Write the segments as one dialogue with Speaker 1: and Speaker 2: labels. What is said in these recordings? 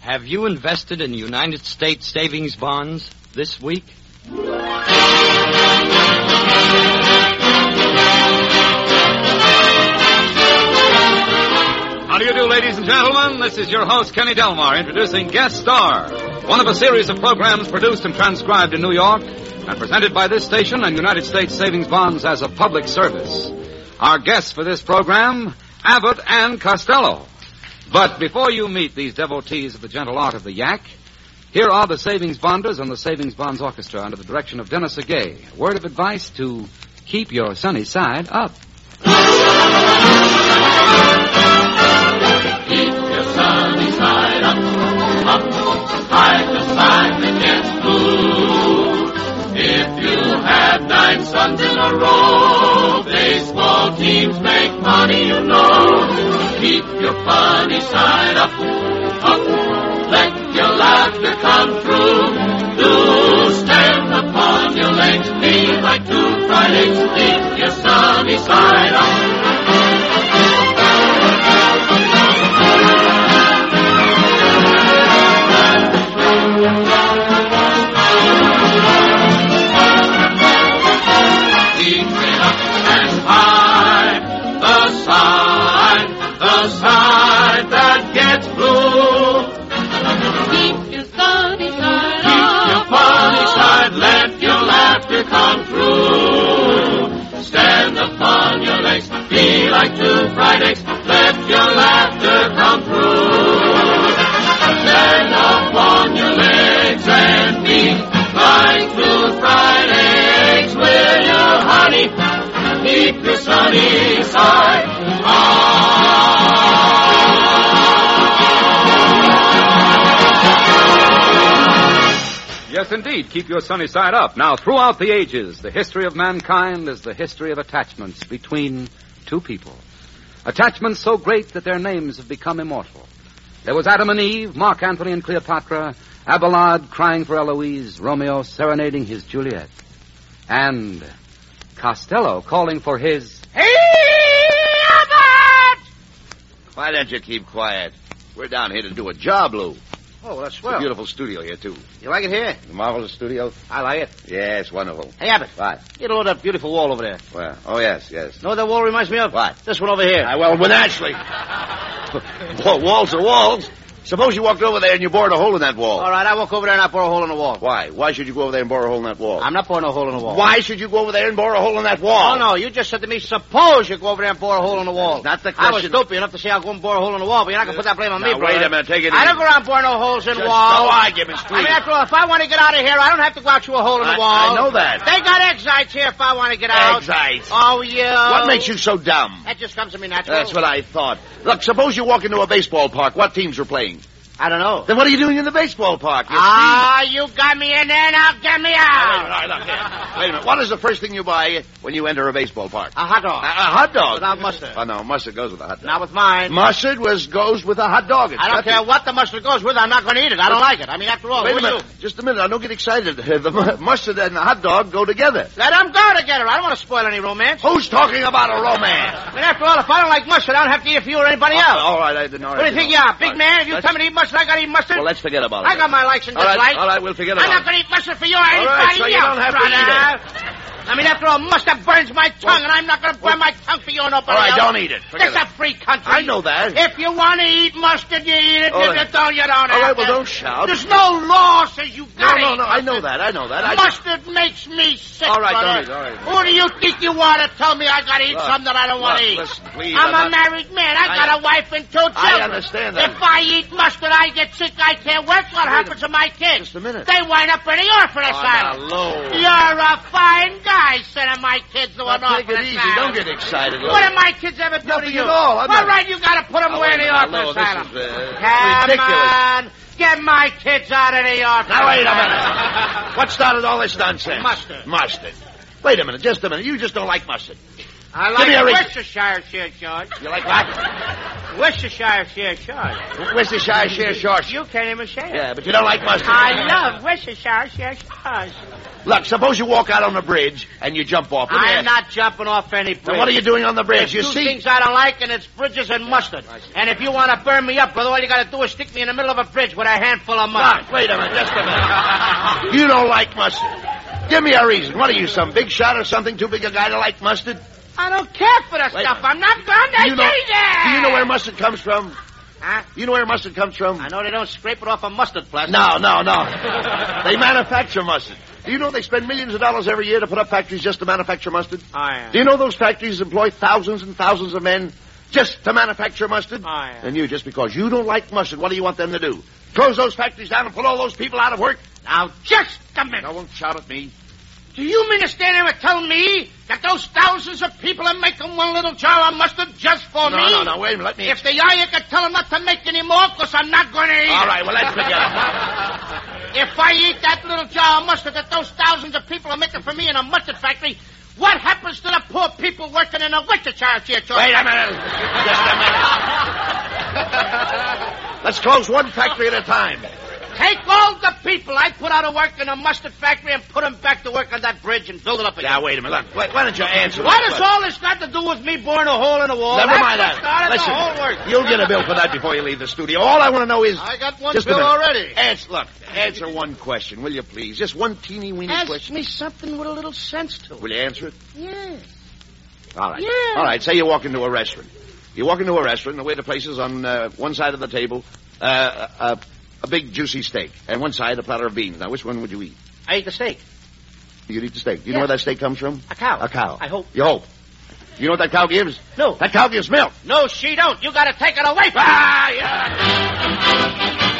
Speaker 1: Have you invested in United States savings bonds this week?
Speaker 2: How do you do, ladies and gentlemen? This is your host, Kenny Delmar, introducing Guest Star, one of a series of programs produced and transcribed in New York and presented by this station and United States Savings Bonds as a public service. Our guests for this program, Abbott and Costello. But before you meet these devotees of the gentle art of the yak, here are the Savings Bonders and the Savings Bonds Orchestra under the direction of Dennis Agay. A word of advice to keep your sunny side up. Yes, indeed. Keep your sunny side up. Now, throughout the ages, the history of mankind is the history of attachments between two people. Attachments so great that their names have become immortal. There was Adam and Eve, Mark Antony and Cleopatra, Abelard crying for Eloise, Romeo serenading his Juliet, and Costello calling for his.
Speaker 3: Why don't you keep quiet? We're down here to do a job, Lou.
Speaker 4: Oh,
Speaker 3: It's
Speaker 4: that's
Speaker 3: a
Speaker 4: swell.
Speaker 3: beautiful studio here, too.
Speaker 4: You like it here?
Speaker 3: The marvelous studio?
Speaker 4: I like it.
Speaker 3: Yes, wonderful.
Speaker 4: Hey, Abbott.
Speaker 3: What?
Speaker 4: Get a load of that beautiful wall over there.
Speaker 3: Well, oh, yes, yes.
Speaker 4: Know what that wall reminds me of?
Speaker 3: What?
Speaker 4: This one over here.
Speaker 3: Ah, well, well, naturally. well, walls are walls. Suppose you walked over there and you bored a hole in that wall.
Speaker 4: All right, I walk over there and I bore a hole in the wall.
Speaker 3: Why? Why should you go over there and bore a hole in that wall? Uh,
Speaker 4: I'm not boring a hole in the wall.
Speaker 3: Why should you go over there and bore a hole in that wall?
Speaker 4: Oh, no, you just said to me, suppose you go over there and bore a hole in the wall.
Speaker 3: That's not the
Speaker 4: I was
Speaker 3: question.
Speaker 4: stupid enough to say I'll go and bore a hole in the wall, but you're not going to put that blame on me,
Speaker 3: Now,
Speaker 4: brother.
Speaker 3: wait a minute. Take it
Speaker 4: I
Speaker 3: easy.
Speaker 4: don't go around boring no holes in
Speaker 3: Just Oh,
Speaker 4: walls.
Speaker 3: no arguments,
Speaker 4: I
Speaker 3: please.
Speaker 4: mean, after all, if I want to get out of here, I don't have to go out through a hole in the
Speaker 3: I-
Speaker 4: wall.
Speaker 3: I know that.
Speaker 4: They got exites here if I want to get out.
Speaker 3: Exites.
Speaker 4: Oh, yeah.
Speaker 3: What makes you so dumb?
Speaker 4: That just comes to me naturally.
Speaker 3: That's what I thought. Look, suppose you walk into a baseball park. What teams are playing?
Speaker 4: I don't know.
Speaker 3: Then what are you doing in the baseball park? You
Speaker 4: Ah, you got me in there, now get me
Speaker 3: Wait a minute,
Speaker 4: out.
Speaker 3: all right, look here. Wait a minute. What is the first thing you buy when you enter a baseball park?
Speaker 4: A hot
Speaker 3: A,
Speaker 4: dog.
Speaker 3: a hot dog.
Speaker 4: Without mustard.
Speaker 3: Oh, no, mustard goes with a hot dog.
Speaker 4: Ah, Not with mine.
Speaker 3: Mustard was goes with a hot dog. It's
Speaker 4: I don't
Speaker 3: got to.
Speaker 4: care what the mustard goes with. I'm not going to eat it. I don't like it. I mean, after all,
Speaker 3: Wait
Speaker 4: who
Speaker 3: a
Speaker 4: are you?
Speaker 3: minute. Just a minute. I don't get excited. The mu- mustard and the hot dog go together.
Speaker 4: Let them go together. I don't want to spoil any romance.
Speaker 3: Who's talking about a romance?
Speaker 4: I mean, after all, if I don't like mustard, I don't have to eat it for you or anybody else.
Speaker 3: All right, I didn't know.
Speaker 4: what do you think you are, big man? If you
Speaker 3: Let's-
Speaker 4: tell me to eat mustard, I got to eat mustard.
Speaker 3: Well, let's forget about it.
Speaker 4: I got my likes and
Speaker 3: All right,
Speaker 4: dislikes.
Speaker 3: all right, we'll forget
Speaker 4: I'm
Speaker 3: about
Speaker 4: not
Speaker 3: it.
Speaker 4: going to eat mustard for you or anybody
Speaker 3: right, so you
Speaker 4: else,
Speaker 3: don't have to
Speaker 4: brother.
Speaker 3: eat
Speaker 4: I mean, after all, mustard burns my tongue, and I'm not going to burn my tongue for you or nobody
Speaker 3: All right,
Speaker 4: else.
Speaker 3: don't eat it. Forget it.
Speaker 4: This a free country.
Speaker 3: I know that.
Speaker 4: If you want to eat mustard, you eat it.
Speaker 3: All
Speaker 4: if
Speaker 3: right.
Speaker 4: you don't, you don't
Speaker 3: All
Speaker 4: have
Speaker 3: right, well,
Speaker 4: to.
Speaker 3: don't shout.
Speaker 4: There's no law says you
Speaker 3: No,
Speaker 4: got to
Speaker 3: no, no. I know that. I know that. I
Speaker 4: Mustard makes me sick.
Speaker 3: All right, don't
Speaker 4: brother.
Speaker 3: eat, all right.
Speaker 4: Who do you think you are to tell me I gotta eat
Speaker 3: Look,
Speaker 4: something that I don't want to
Speaker 3: look,
Speaker 4: eat?
Speaker 3: listen, please,
Speaker 4: I'm,
Speaker 3: I'm
Speaker 4: a
Speaker 3: not-
Speaker 4: married man. I,
Speaker 3: I-
Speaker 4: got a wife and two children.
Speaker 3: understand that.
Speaker 4: If I eat mustard, I get sick. I can't work. What happens to my kids?
Speaker 3: Just a minute.
Speaker 4: They wind up in the orphan
Speaker 3: Oh, now,
Speaker 4: asylum.
Speaker 3: low.
Speaker 4: You're a fine guy sending my kids to an
Speaker 3: Now,
Speaker 4: orphan
Speaker 3: take it easy.
Speaker 4: asylum.
Speaker 3: Don't get excited.
Speaker 4: What
Speaker 3: Lola.
Speaker 4: have my kids ever done to
Speaker 3: Nothing
Speaker 4: you?
Speaker 3: at all. I'm
Speaker 4: All
Speaker 3: not-
Speaker 4: right, you gotta put them
Speaker 3: Oh,
Speaker 4: away in
Speaker 3: wait
Speaker 4: the
Speaker 3: a minute,
Speaker 4: orphan
Speaker 3: Lolo, this is,
Speaker 4: asylum.
Speaker 3: uh,
Speaker 4: Come
Speaker 3: ridiculous.
Speaker 4: on, get my kids out of the orphan
Speaker 3: Now, wait a
Speaker 4: asylum.
Speaker 3: minute. What started all this nonsense?
Speaker 4: Mustard.
Speaker 3: Mustard. Wait a minute. Just a minute. You just don't like mustard.
Speaker 4: I
Speaker 3: Give me a
Speaker 4: like
Speaker 3: reason.
Speaker 4: Worcestershire share George.
Speaker 3: You like what?
Speaker 4: Worcestershire share George.
Speaker 3: Worcestershire share shorts.
Speaker 4: You can't even say it.
Speaker 3: Yeah, but you don't like mustard.
Speaker 4: I love Worcestershire share George.
Speaker 3: Look, suppose you walk out on the bridge and you jump off. Let me
Speaker 4: I
Speaker 3: ask-
Speaker 4: am not jumping off any bridge.
Speaker 3: Then what are you doing on the bridge?
Speaker 4: There's
Speaker 3: you
Speaker 4: two
Speaker 3: see?
Speaker 4: things I don't like, and it's bridges and mustard. And if you want to burn me up, brother, all you got to do is stick me in the middle of a bridge with a handful of mustard.
Speaker 3: Look, wait a minute. Just a minute. you don't like mustard. Give me a reason. What are you, some big shot or something? Too big a guy to like mustard?
Speaker 4: I don't care for the
Speaker 3: Wait.
Speaker 4: stuff. I'm not going to
Speaker 3: Do you know,
Speaker 4: eat it.
Speaker 3: do you know where mustard comes from?
Speaker 4: Huh?
Speaker 3: You know where mustard comes from?
Speaker 4: I know they don't scrape it off a mustard plant.
Speaker 3: No, no, no. they manufacture mustard. Do you know they spend millions of dollars every year to put up factories just to manufacture mustard?
Speaker 4: Oh, yeah.
Speaker 3: Do you know those factories employ thousands and thousands of men just to manufacture mustard?
Speaker 4: Oh, yeah.
Speaker 3: And you, just because you don't like mustard, what do you want them to do? Close those factories down and put all those people out of work?
Speaker 4: Now, just a minute.
Speaker 3: Now, won't shout at me.
Speaker 4: Do you mean to stand there and tell me that those thousands of people are making one little jar of mustard just for
Speaker 3: no,
Speaker 4: me?
Speaker 3: no, no, wait a minute. Let me.
Speaker 4: If they are, you can tell them not to make any more, because I'm not going to eat
Speaker 3: All
Speaker 4: it.
Speaker 3: right, well, let's forget it.
Speaker 4: If I eat that little jar of mustard that those thousands of people are making for me in a mustard factory, what happens to the poor people working in a Worcestershire here, George?
Speaker 3: Wait a minute. Just a minute. Let's close one factory at a time.
Speaker 4: Take all the people I put out of work in a mustard factory and put them back to work on that bridge and build it up again.
Speaker 3: Now, wait a minute. Look, why why don't you answer?
Speaker 4: What
Speaker 3: this
Speaker 4: does
Speaker 3: question?
Speaker 4: all this got to do with me boring a hole in the wall?
Speaker 3: Never
Speaker 4: That's
Speaker 3: mind
Speaker 4: what
Speaker 3: that.
Speaker 4: started
Speaker 3: Listen,
Speaker 4: the whole work.
Speaker 3: you'll get a bill for that before you leave the studio. All I want to know is
Speaker 4: I got one
Speaker 3: just a
Speaker 4: bill
Speaker 3: minute.
Speaker 4: already.
Speaker 3: Answer, look, answer one question, will you please? Just one teeny weeny
Speaker 4: Ask
Speaker 3: question.
Speaker 4: me something with a little sense to it.
Speaker 3: Will you answer it?
Speaker 4: Yes.
Speaker 3: All right.
Speaker 4: Yeah.
Speaker 3: All right. Say you walk into a restaurant. You walk into a restaurant. The waiter places on uh, one side of the table uh, a, a big juicy steak, and one side a platter of beans. Now, which one would you eat?
Speaker 4: I ate the steak.
Speaker 3: You'd eat the steak. Do you
Speaker 4: Yeah.
Speaker 3: know where that steak comes from?
Speaker 4: A cow.
Speaker 3: A cow.
Speaker 4: I hope.
Speaker 3: You hope. You know what that cow gives?
Speaker 4: No.
Speaker 3: That cow gives milk.
Speaker 4: No, she don't. You gotta take it away from her.
Speaker 3: Ah, yeah.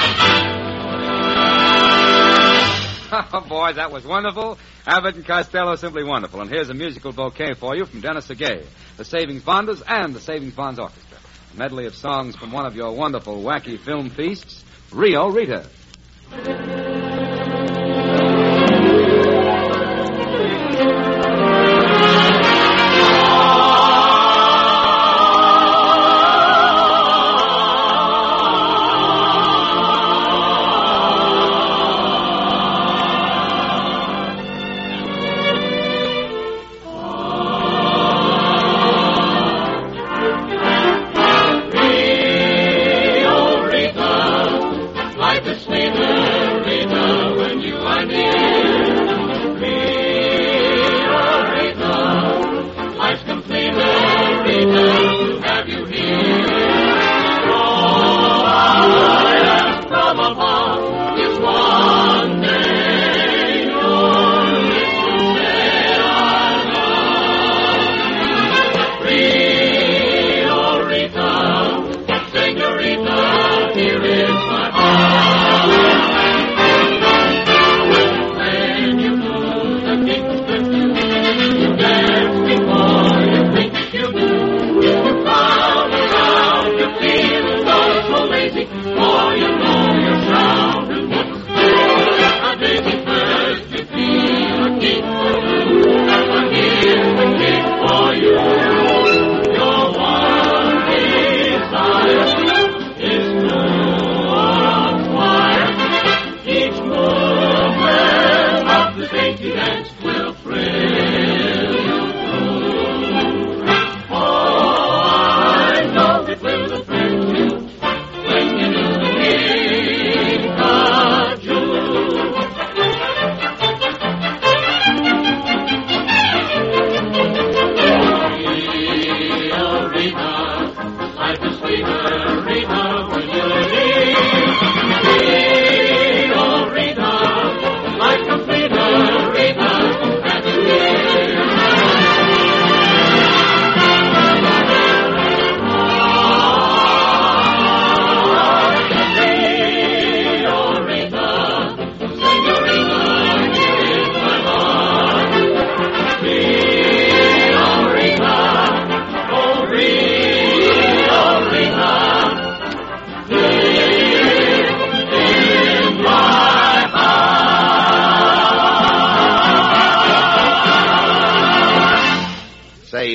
Speaker 2: Oh, boy, that was wonderful. Abbott and Costello, simply wonderful. And here's a musical bouquet for you from Dennis Segay, the Savings Bonders, and the Savings Bonds Orchestra. A medley of songs from one of your wonderful, wacky film feasts, Rio Rita.
Speaker 5: Life is sweeter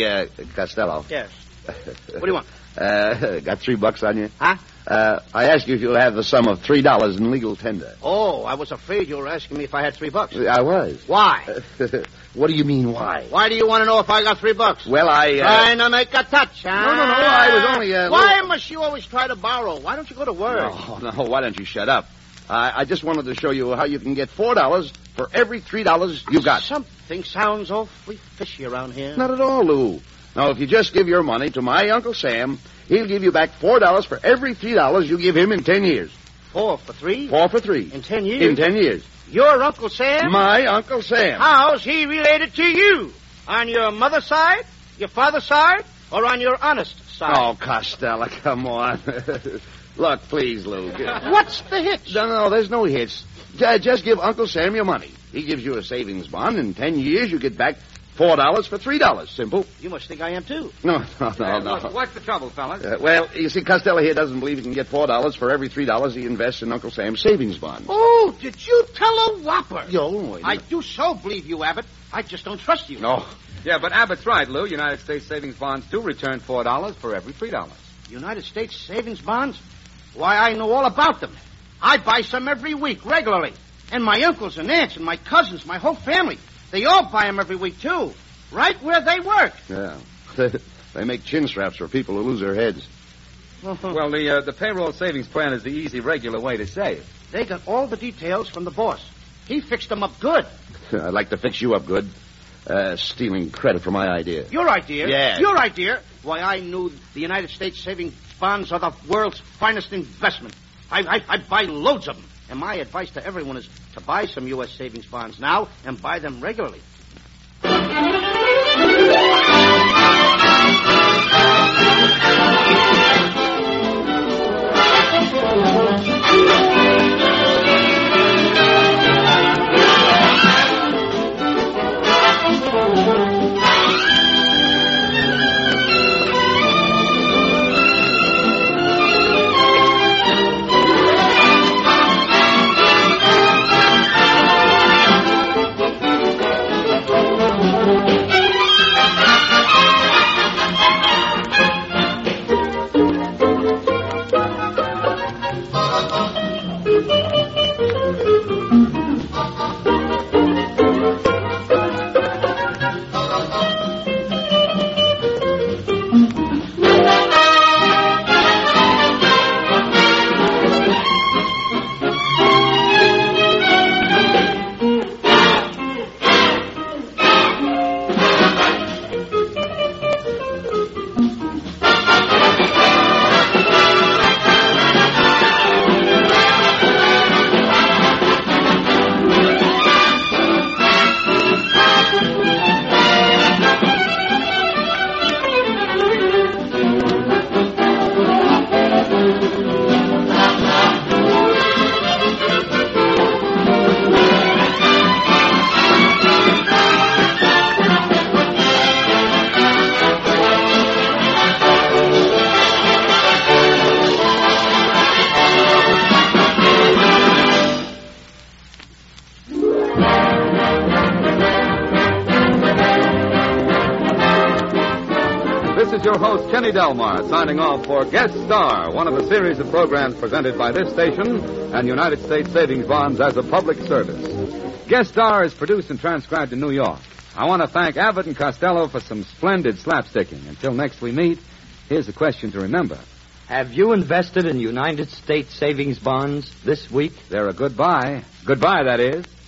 Speaker 3: uh, Costello.
Speaker 4: Yes. What do you want?
Speaker 3: Uh, got three bucks on you?
Speaker 4: Huh?
Speaker 3: Uh, I ask you if you'll have the sum of three dollars in legal tender.
Speaker 4: Oh, I was afraid you were asking me if I had three bucks.
Speaker 3: I was.
Speaker 4: Why?
Speaker 3: what do you mean, why?
Speaker 4: Why do you want to know if I got three bucks?
Speaker 3: Well, I. Uh...
Speaker 4: Trying to make a touch, huh?
Speaker 3: No, no, no, I was only, uh,
Speaker 4: Why
Speaker 3: little-
Speaker 4: must you always try to borrow? Why don't you go to work?
Speaker 3: Oh, no, why don't you shut up? I, I just wanted to show you how you can get four dollars for every three dollars you got.
Speaker 4: Something sounds awfully fishy around here.
Speaker 3: Not at all, Lou. Now, if you just give your money to my Uncle Sam, he'll give you back four dollars for every three dollars you give him in ten years.
Speaker 4: Four for three?
Speaker 3: Four for three.
Speaker 4: In ten years?
Speaker 3: In ten years.
Speaker 4: Your Uncle Sam?
Speaker 3: My Uncle Sam.
Speaker 4: How's he related to you? On your mother's side, your father's side, or on your honest side?
Speaker 3: Oh, Costello, come on. Look, please, Lou.
Speaker 4: What's the hitch?
Speaker 3: No, no, there's no hitch. Ju- Just give Uncle Sam your money. He gives you a savings bond. In ten years, you get back four dollars for three dollars. Simple.
Speaker 4: You must think I am, too.
Speaker 3: No, no, no,
Speaker 2: Hey,
Speaker 3: no.
Speaker 2: look, what's the trouble, fellas?
Speaker 3: Uh, well, you see, Costello here doesn't believe he can get four dollars for every three dollars he invests in Uncle Sam's savings bond.
Speaker 4: Oh, did you tell a whopper?
Speaker 3: Yo, wait a
Speaker 4: I
Speaker 3: minute.
Speaker 4: do so believe you, Abbott. I just don't trust you.
Speaker 3: No.
Speaker 2: Yeah, but Abbott's right, Lou. United States savings bonds do return four dollars for every three dollars.
Speaker 4: United States savings bonds? Why, I know all about them. I buy some every week, regularly. And my uncles and aunts and my cousins, my whole family, they all buy them every week, too. Right where they work.
Speaker 3: Yeah. they make chin straps for people who lose their heads.
Speaker 2: Well, the uh, the payroll savings plan is the easy, regular way to save.
Speaker 4: They got all the details from the boss. He fixed them up good.
Speaker 3: I'd like to fix you up good. Uh, stealing credit for my idea.
Speaker 4: Your idea?
Speaker 3: Yeah.
Speaker 4: Your idea? Why, I knew the United States savings bonds are the world's finest investment. I, I, I buy loads of them. And my advice to everyone is to buy some U.S. savings bonds now and buy them regularly.
Speaker 2: This is your host, Kenny Delmar, signing off for Guest Star, one of a series of programs presented by this station and United States Savings Bonds as a public service. Guest Star is produced and transcribed in New York. I want to thank Abbott and Costello for some splendid slapsticking. Until next we meet, here's a question to remember.
Speaker 1: Have you invested in United States savings bonds this week?
Speaker 2: They're a goodbye. Goodbye, that is.